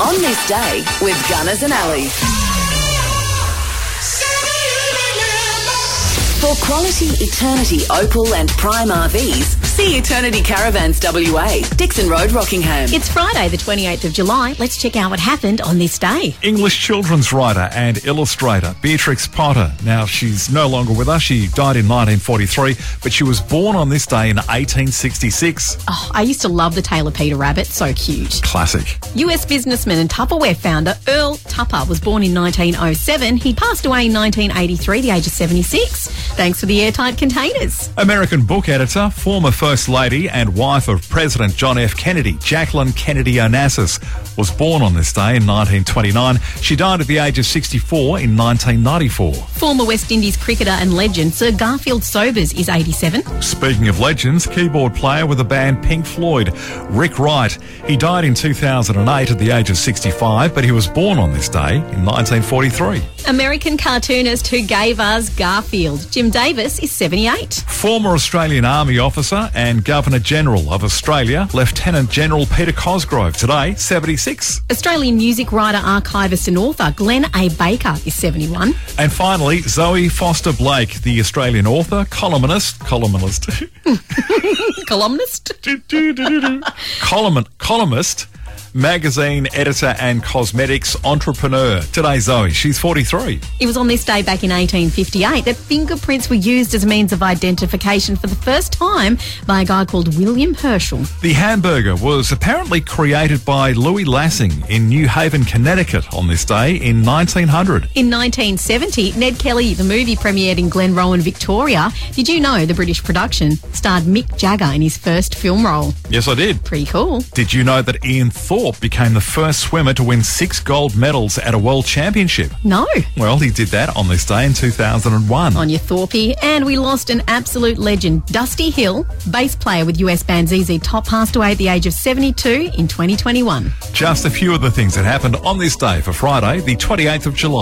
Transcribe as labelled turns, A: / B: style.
A: this day with Gunners and Allies. For quality Eternity Opal and Prime RVs, see Eternity Caravans WA, Dixon Road, Rockingham.
B: It's Friday, the 28th of July. Let's check out what happened on this day.
C: English children's writer and illustrator Beatrix Potter. Now, she's no longer with us. She died in 1943, but she was born on this day in 1866.
B: Oh, I used to love the tale of Peter Rabbit. So cute.
C: Classic.
B: US businessman and Tupperware founder Earl Tupper was born in 1907. He passed away in 1983, the age of 76. Thanks for the airtight containers.
C: American book editor, former First Lady, and wife of President John F. Kennedy, Jacqueline Kennedy Onassis, was born on this day in 1929. She died at the age of 64 in 1994.
B: Former West Indies cricketer and legend Sir Garfield Sobers is 87.
C: Speaking of legends, keyboard player with the band Pink Floyd, Rick Wright. He died in 2008 at the age of 65, but he was born on this day in 1943.
B: American cartoonist who gave us Garfield, Jim Davis, is 78.
C: Former Australian Army officer and Governor General of Australia, Lieutenant General Peter Cosgrove, today 76.
B: Australian music writer, archivist, and author Glenn A. Baker is 71.
C: And finally, Zoe Foster Blake, the Australian author, columnist, columnist,
B: Columnist.
C: column, columnist, magazine editor and cosmetics entrepreneur. Today, Zoe, she's 43.
B: It was on this day back in 1858 that fingerprints were used as a means of identification for the first time by a guy called William Herschel.
C: The hamburger was apparently created by Louis Lassing in New Haven, Connecticut on this day in 1900.
B: In 1970, Ned Kelly, the movie premiered in Glenrowan, Victoria. Did you know the British production starred Mick Jagger in his first film role?
C: Yes, I did.
B: Pretty cool.
C: Did you know that Ian Thorpe became the first swimmer to win six gold medals at a world championship?
B: No.
C: Well, he did that on this day in 2001.
B: On your Thorpey, and we lost an absolute legend, Dusty Hill, bass player with US band ZZ Top, passed away at the age of 72 in 2021.
C: Just a few of the things that happened on this day for Friday, the 28th of July.